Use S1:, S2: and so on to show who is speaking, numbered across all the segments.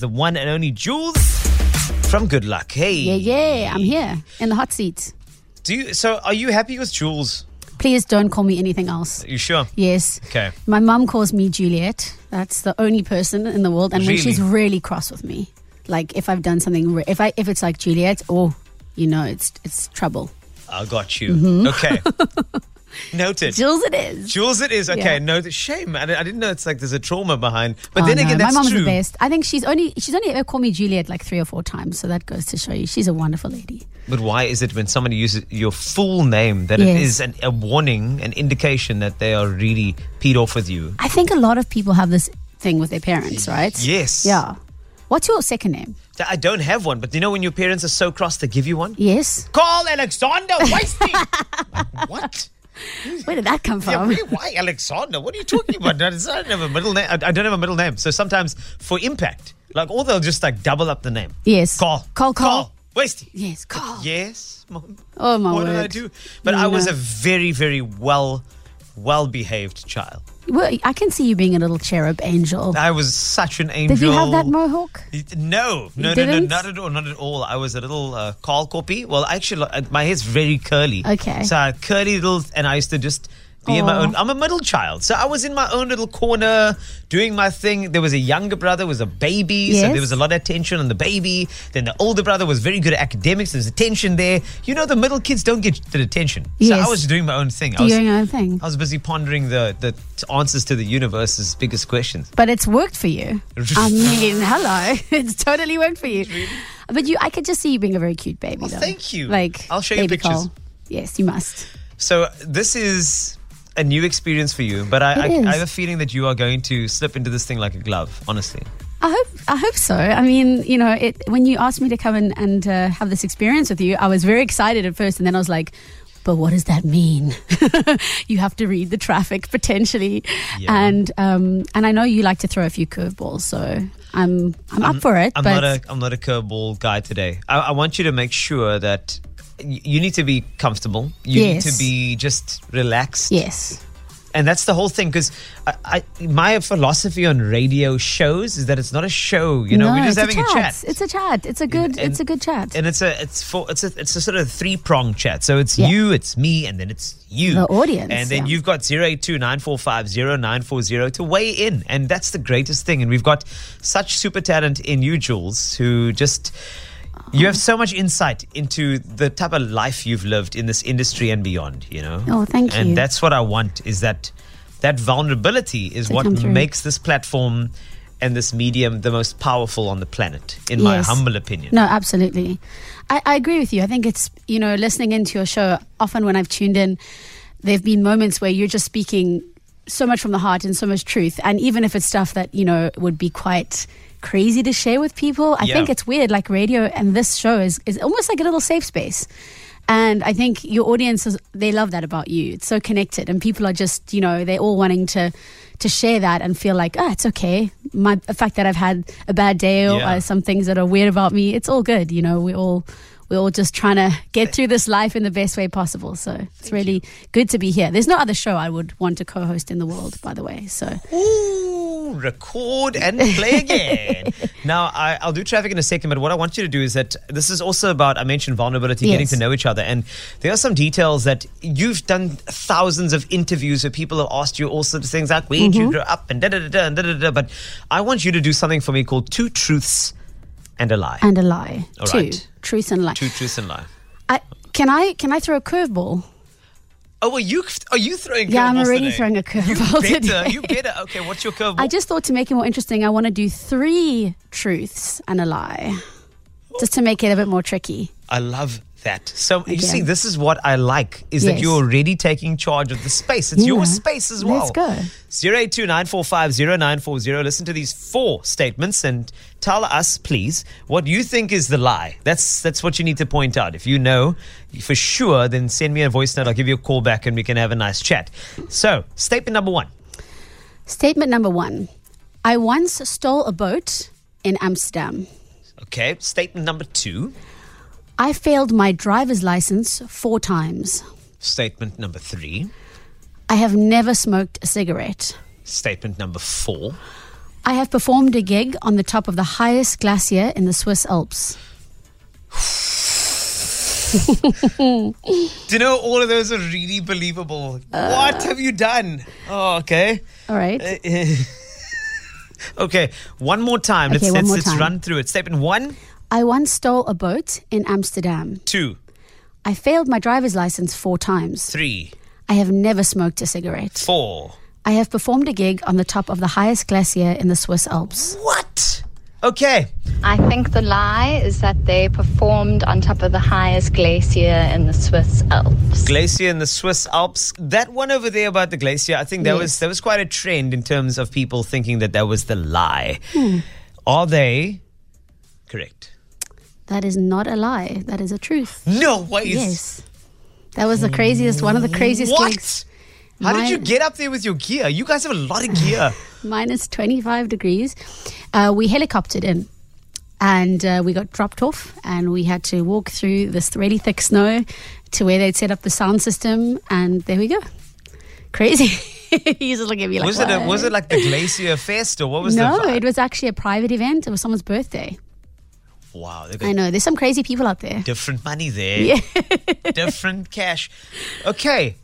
S1: the one and only Jules from Good Luck. Hey,
S2: Yeah, yeah, I'm here in the hot seat.
S1: do you, so. Are you happy with Jules?
S2: Please don't call me anything else.
S1: Are you sure?
S2: Yes.
S1: Okay.
S2: My mum calls me Juliet. That's the only person in the world, and
S1: Really?
S2: when she's really cross with me, like if I've done something, re- if I if it's like Juliet, oh, you know, it's it's trouble.
S1: I got you. Okay, noted.
S2: Mm-hmm. Jules, it is.
S1: Jules, it is okay.
S2: Yeah.
S1: No, th- shame. I, di- I didn't know it's like there's a trauma behind. But
S2: Oh,
S1: then
S2: no,
S1: again, that's
S2: my mum's
S1: true.
S2: the best. I think she's only she's only ever called me Juliet like three or four times, so that goes to show you she's a wonderful lady.
S1: But why is it when somebody uses your full name that it
S2: Yes.
S1: is an, a warning, an indication that they are really peed off with you?
S2: I think a lot of people have this thing with their parents, right?
S1: Yes.
S2: Yeah. What's your second name?
S1: Th- I don't have one, but you know when your parents are so cross, they give you one.
S2: Yes.
S1: Call Alexander Weisty. Like, what?
S2: Where did that come from?
S1: Yeah, really? why Alexander? What are you talking about? I just- I don't have a middle name. I I don't have a middle name. So sometimes for impact, like, or they'll just like double up the name.
S2: Yes.
S1: Call.
S2: Call, call.
S1: Wasty.
S2: Yes, Carl.
S1: Yes. Mom.
S2: Oh, my
S1: what did I
S2: word.
S1: do? But I
S2: No.
S1: was a very, very well, well behaved child.
S2: Well, I can see you being a little cherub angel.
S1: I was such an angel.
S2: Did you have that mohawk?
S1: No, no, no, no,
S2: didn't?
S1: not at all, not at all. I was a little uh, Carl copy. Well, actually, uh, my hair's very curly.
S2: Okay.
S1: So I had curly little, and I used to just be in my
S2: Aw.
S1: own. I'm a middle child, so I was in my own little corner doing my thing. There was a younger brother, was a baby, so
S2: Yes.
S1: there was a lot of attention on the baby. Then the older brother was very good at academics. There's attention there. You know, the middle kids don't get the attention.
S2: Yes.
S1: So I was doing my own thing. I
S2: Do
S1: was,
S2: your own thing.
S1: I was busy pondering the, the t- answers to the universe's biggest questions.
S2: But it's worked for you. I mean, hello. It's totally worked for you. But you I could just see you being a very cute baby though.
S1: Oh, thank you.
S2: Like
S1: I'll show you
S2: baby
S1: pictures.
S2: Carl. Yes, you must.
S1: So this is a new experience for you, but I, I,
S2: It
S1: I
S2: is.
S1: have a feeling that you are going to slip into this thing like a glove. Honestly,
S2: I hope I hope so. I mean, you know, it, when you asked me to come and, and uh, have this experience with you, I was very excited at first, and then I was like, "But what does that mean? you have to read the traffic potentially,
S1: Yeah.
S2: and um, and I know you like to throw a few curveballs, so I'm I'm, up for it.
S1: I'm
S2: but
S1: not a I'm not a curveball guy today. I, I want you to make sure that y- you need to be comfortable. You need
S2: Yes.
S1: to be just relaxed,
S2: yes,
S1: and that's the whole thing. Because I, I, my philosophy on radio shows is that it's not a show. You know,
S2: no,
S1: we're just
S2: it's
S1: having
S2: a
S1: a
S2: chat.
S1: chat.
S2: It's a chat. It's a
S1: and-
S2: good. it's a good chat.
S1: and it's a it's for it's a it's a sort of three prong chat. So it's
S2: Yeah.
S1: you, it's me, and then it's you,
S2: The audience,
S1: and then
S2: yeah.
S1: you've got zero eight two nine four five zero nine four zero to weigh in, and that's the greatest thing. And we've got such super talent in you, Jules, who just. You have so much insight into the type of life you've lived in this industry and beyond, you know.
S2: Oh, thank
S1: And
S2: you.
S1: that's what I want is that that vulnerability is
S2: To
S1: what
S2: come through.
S1: makes this platform and this medium the most powerful on the planet, in my
S2: Yes.
S1: humble opinion.
S2: No, absolutely. I, I agree with you. I think it's, you know, listening into your show, often when I've tuned in, there have been moments where you're just speaking so much from the heart and so much truth. And even if it's stuff that, you know, would be quite crazy to share with people, I
S1: Yeah.
S2: think it's weird. Like radio and this show is, is almost like a little safe space. And I think your audience is, they love that about you. It's so connected, and people are just you know they're all wanting to to share that and feel like oh it's okay. My the fact that I've had a bad day or
S1: Yeah.
S2: uh, some things that are weird about me, it's all good. You know we all we're all just trying to get through this life in the best way possible. So it's really good to be here. There's no other show I would want to co-host in the world, by the way. So
S1: Ooh, record and play again. now, I, I'll do traffic in a second, but what I want you to do is that this is also about, I mentioned vulnerability, getting
S2: Yes.
S1: to know each other. And there are some details that you've done thousands of interviews where people have asked you all sorts of things like, where
S2: Mm-hmm.
S1: did you grow up and da da da da and da da da. But I want you to do something for me called Two Truths and a Lie.
S2: and a lie,
S1: All
S2: two
S1: right.
S2: truth and lie.
S1: Two Truths and a Lie.
S2: I, can I can I throw a curveball?
S1: Oh, are you, are you throwing
S2: Yeah, I'm
S1: curveballs
S2: already
S1: today?
S2: throwing a curveball
S1: Better,
S2: today.
S1: you better. Okay, what's your curveball?
S2: I just thought to make it more interesting, I want to do three truths and a lie, just to make it a bit more tricky.
S1: I love that. So you
S2: Okay.
S1: see, this is what I like is that
S2: Yes.
S1: you're already taking charge of the space. It's your
S2: Yeah.
S1: space as well.
S2: Let's go.
S1: Zero eight two nine four five zero nine four zero. Listen to these four statements and tell us, please, what you think is the lie. That's that's what you need to point out. If you know for sure, then send me a voice note. I'll give you a call back and we can have a nice chat. So, statement number one.
S2: Statement number one I once stole a boat in Amsterdam.
S1: Okay. Statement number two.
S2: I failed my driver's license four times.
S1: Statement number three.
S2: I have never smoked a cigarette.
S1: Statement number four.
S2: I have performed a gig on the top of the highest glacier in the Swiss Alps.
S1: Do you know all of those are really believable? what have you done? Oh, okay.
S2: All right.
S1: Okay, one more time.
S2: Okay,
S1: let's
S2: one
S1: let's,
S2: more
S1: let's
S2: time.
S1: run through it. Statement one,
S2: I once stole a boat in Amsterdam.
S1: two,
S2: I failed my driver's license four times.
S1: three,
S2: I have never smoked a cigarette.
S1: four.
S2: I have performed a gig on the top of the highest glacier in the Swiss Alps.
S1: What? Okay.
S3: I think the lie is that they performed on top of the highest glacier in the Swiss Alps.
S1: Glacier in the Swiss Alps. That one over there about the glacier, I think that was
S2: Yes.
S1: that was quite a trend in terms of people thinking that that was the lie. Are they correct?
S2: That is not a lie. That is a truth.
S1: No way.
S2: Yes. That was the craziest, one of the craziest
S1: What?
S2: gigs.
S1: How did
S2: My-
S1: you get up there with your gear? You guys have a lot of gear.
S2: minus 25 degrees. Uh, we helicoptered in and uh, we got dropped off and we had to walk through this really thick snow to where they'd set up the sound system and there we go. Crazy. He's just looking at me like,
S1: was it a,
S2: "What?"
S1: was it like the glacier fest or what was
S2: no,
S1: the vibe?
S2: it was actually a private event. It was someone's birthday.
S1: Wow, they
S2: I
S1: got
S2: know. There's some crazy people out there.
S1: different money there. different cash. Okay.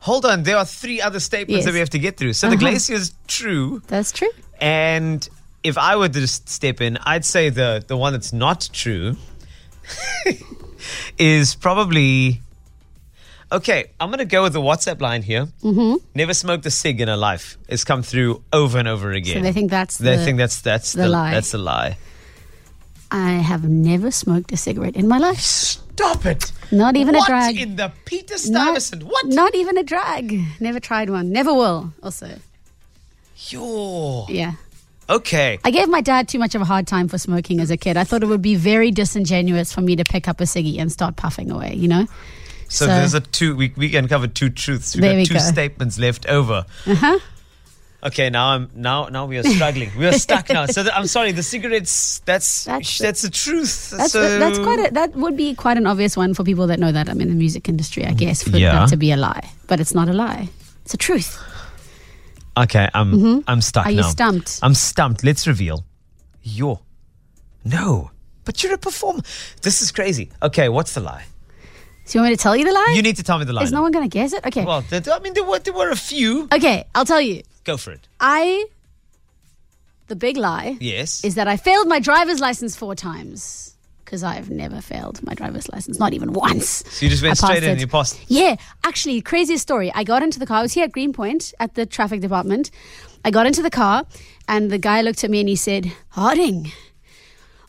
S1: Hold on, there are three other statements
S2: Yes. Uh-huh.
S1: that we have to get through. So the glacier is true.
S2: That's true.
S1: And if I were to just step in, I'd say the the one that's not true is probably okay. I'm gonna go with the WhatsApp line here. Mm-hmm. Never smoked a cig in her life. It's come through over and over again.
S2: So they think that's
S1: They
S2: the-
S1: think that's that's
S2: the lie.
S1: That's the lie.
S2: I have never smoked a cigarette in my life.
S1: Stop it!
S2: Not even a
S1: what
S2: drag.
S1: in the Peter
S2: Not-
S1: Stuyvesant? What?
S2: Not even a drag. Never tried one. Never will. Also,
S1: Yo.
S2: yeah.
S1: Okay.
S2: I gave my dad too much of a hard time for smoking as a kid. I thought it would be very disingenuous for me to pick up a ciggy and start puffing away, you know?
S1: So,
S2: So-
S1: there's a two. We we uncovered two truths. We've
S2: There
S1: got
S2: we
S1: two
S2: go.
S1: statements left over.
S2: Uh-huh.
S1: Okay, now I'm now now we are struggling. we are stuck now. So th- I'm sorry. The cigarettes. That's that's,
S2: That's-
S1: the truth.
S2: That's,
S1: so,
S2: that's quite a, that would be quite an obvious one for people that know that I'm in the music industry, I guess, for
S1: Yeah.
S2: that to be a lie. But it's not a lie. It's a truth.
S1: okay. I'm I'm stuck
S2: Mm-hmm. Are you
S1: now.
S2: stumped?
S1: I'm stumped. Let's reveal. Yo, no. But you're a performer. This is crazy. Okay, what's the lie?
S2: So you want me to tell you the lie?
S1: You need to tell me the lie.
S2: Is no one going to guess it? Okay.
S1: well, there, I mean, there were there were a few.
S2: okay, I'll tell you.
S1: Go for it.
S2: I, the big lie
S1: Yes.
S2: is that I failed my driver's license four times. Because I've never failed my driver's license, not even once.
S1: so you just went
S2: I passed
S1: straight in
S2: it.
S1: and you passed.
S2: Yeah, actually, craziest story. I got into the car. I was here at Greenpoint at the traffic department. I got into the car, and the guy looked at me and he said, Harding,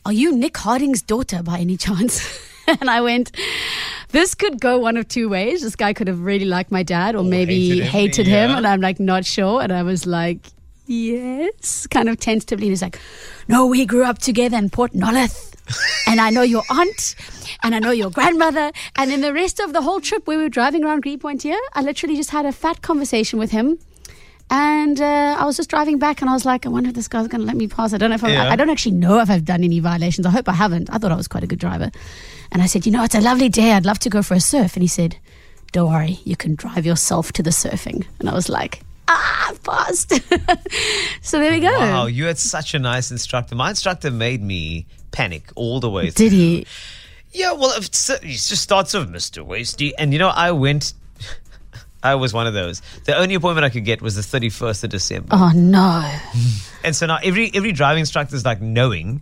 S2: are you Nick Harding's daughter by any chance? and I went, This could go one of two ways. This guy could have really liked my dad, or
S1: hated
S2: maybe
S1: him,
S2: hated, him.
S1: yeah.
S2: And I'm like, Not sure. And I was like, Yes, kind of tentatively. And he's like, No, we grew up together in Port Nolloth and I know your aunt, and I know your grandmother, and then the rest of the whole trip where we were driving around Greenpoint here, I literally just had a fat conversation with him. And uh, I was just driving back, and I was like, I wonder if this guy's going to let me pass. I don't know if I'm,
S1: Yeah.
S2: I don't actually know if I've done any violations. I hope I haven't. I thought I was quite a good driver. And I said, you know, it's a lovely day. I'd love to go for a surf. And he said, don't worry, you can drive yourself to the surfing. And I was like, ah, I've passed. so there we go.
S1: Wow, you had such a nice instructor. My instructor made me panic all the way
S2: Did he?
S1: Yeah, well, if it's, uh, it just starts with Mr. Wasty. And, you know, I went, I was one of those. The only appointment I could get was the 31st of December.
S2: Oh, no.
S1: And so now every, every driving instructor is like knowing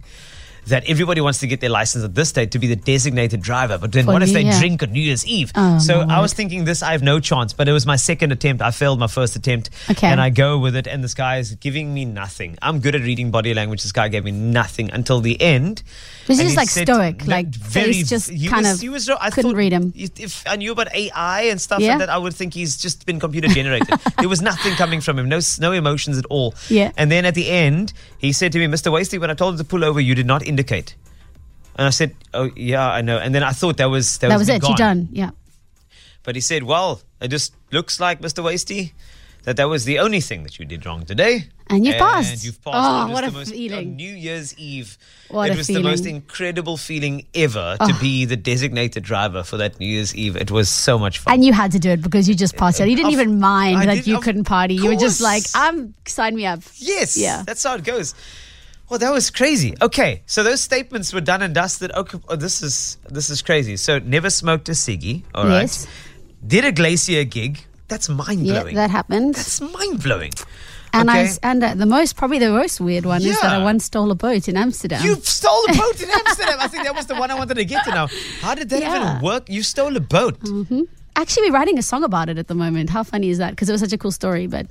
S1: that everybody wants to get their license at this date to be the designated driver. But then
S2: For
S1: what if
S2: New
S1: they
S2: Year.
S1: drink on New Year's Eve?
S2: Oh,
S1: so
S2: my
S1: I was thinking this, I have no chance. But it was my second attempt. I failed my first attempt.
S2: Okay.
S1: And I go with it. And this guy is giving me nothing. I'm good at reading body language. This guy gave me nothing until the end.
S2: Was he
S1: And
S2: just, like, stoic,
S1: no,
S2: like, face just
S1: he
S2: kind
S1: was-
S2: of
S1: he was- I
S2: couldn't
S1: thought
S2: read him?
S1: if- If I knew about AI and stuff
S2: Yeah.
S1: like that, I would think he's just been computer generated. there was nothing coming from him, no s- no emotions at all.
S2: Yeah.
S1: And then at the end, he said to me, "Mr. Wastley, when I told you to pull over, you did not indicate." And I said, "Oh yeah, I know." And then I thought that was that,
S2: That was
S1: me
S2: it.
S1: gone.
S2: You're done. Yeah.
S1: But he said, "Well, it just looks like Mr. Wasty." that that was the only thing that you did wrong today.
S2: And you've passed.
S1: you've passed.
S2: Oh,
S1: It was
S2: what
S1: the
S2: a
S1: most-
S2: feeling.
S1: On New Year's Eve,
S2: What
S1: it
S2: a
S1: was the most
S2: feeling. Oh.
S1: incredible feeling ever to be the designated driver for that New Year's Eve. It was so much fun.
S2: And you had to do it because you just passed out. You didn't
S1: Of-
S2: even mind
S1: I
S2: that
S1: did-
S2: you
S1: of
S2: couldn't party. You were
S1: course.
S2: just like, "I'm sign me up."
S1: Yes.
S2: Yeah.
S1: That's how it goes. Well, that was crazy. Okay, so those statements were done and dusted. Okay, oh, this is this is crazy. So never smoked a ciggy. All right.
S2: Yes.
S1: Did a glacier gig. That's mind
S2: Yeah,
S1: blowing.
S2: that happened.
S1: That's mind blowing.
S2: And I
S1: okay.
S2: s- and uh, the most probably the most weird one is that I
S1: Yeah.
S2: once stole a boat in Amsterdam.
S1: You stole a boat in Amsterdam. I think that was the one I wanted to get to now. How did that
S2: Yeah. Mm-hmm.
S1: even work? You stole a boat.
S2: Actually, we're writing a song about it at the moment. How funny is that? Because it was such a cool story. But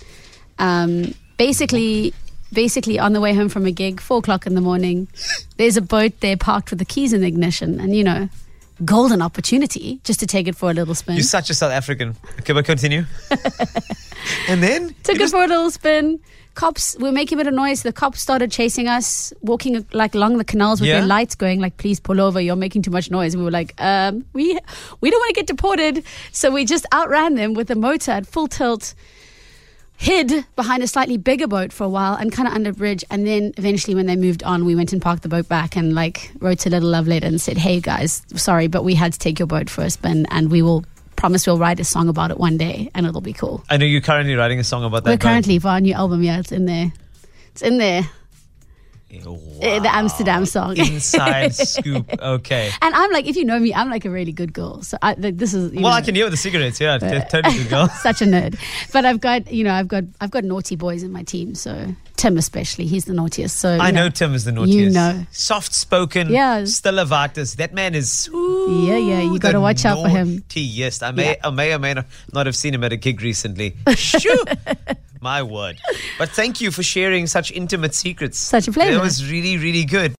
S2: um, basically, basically on the way home from a gig, four o'clock in the morning, there's a boat there parked with the keys in the ignition, and you know, golden opportunity just to take it for a little spin.
S1: You're such a South African. Can we continue? and then
S2: Took
S1: it
S2: it
S1: was-
S2: for a little spin. Cops we were making a bit of noise. The cops started chasing us, walking like along the canals with
S1: Yeah.
S2: their lights going like, "Please pull over! You're making too much noise." And we were like, um, "We we don't want to get deported," so we just outran them with the motor at full tilt. Hid behind a slightly bigger boat for a while and kind of under a bridge, and then eventually, when they moved on, we went and parked the boat back and like wrote to Little Love Letter and said, "Hey guys, sorry, but we had to take your boat for a spin, and we will promise we'll write a song about it one day, and it'll be cool."
S1: I know you're currently writing a song about that.
S2: We're
S1: boat.
S2: currently for our new album. Yeah, it's in there. It's in there.
S1: Wow.
S2: Uh, The Amsterdam song. and
S1: Inside scoop. Okay.
S2: I'm like, if you know me, I'm like a really good girl. So I, like, this is. you
S1: Well,
S2: know,
S1: I can hear the cigarettes. Yeah, t- totally good girl.
S2: Such a nerd, but I've got you know I've got I've got naughty boys in my team. So Tim especially, he's the naughtiest. So
S1: I
S2: you
S1: know Tim is the naughtiest.
S2: know.
S1: Soft spoken,
S2: Yeah.
S1: stilavatus. That man is.
S2: Yeah, yeah, you gotta
S1: the
S2: watch out for him.
S1: naughtiest. I may,
S2: Yeah.
S1: I may or may not- not have seen him at a gig recently. Shoo! My word. But thank you for sharing such intimate secrets.
S2: Such a pleasure.
S1: That was really, really good.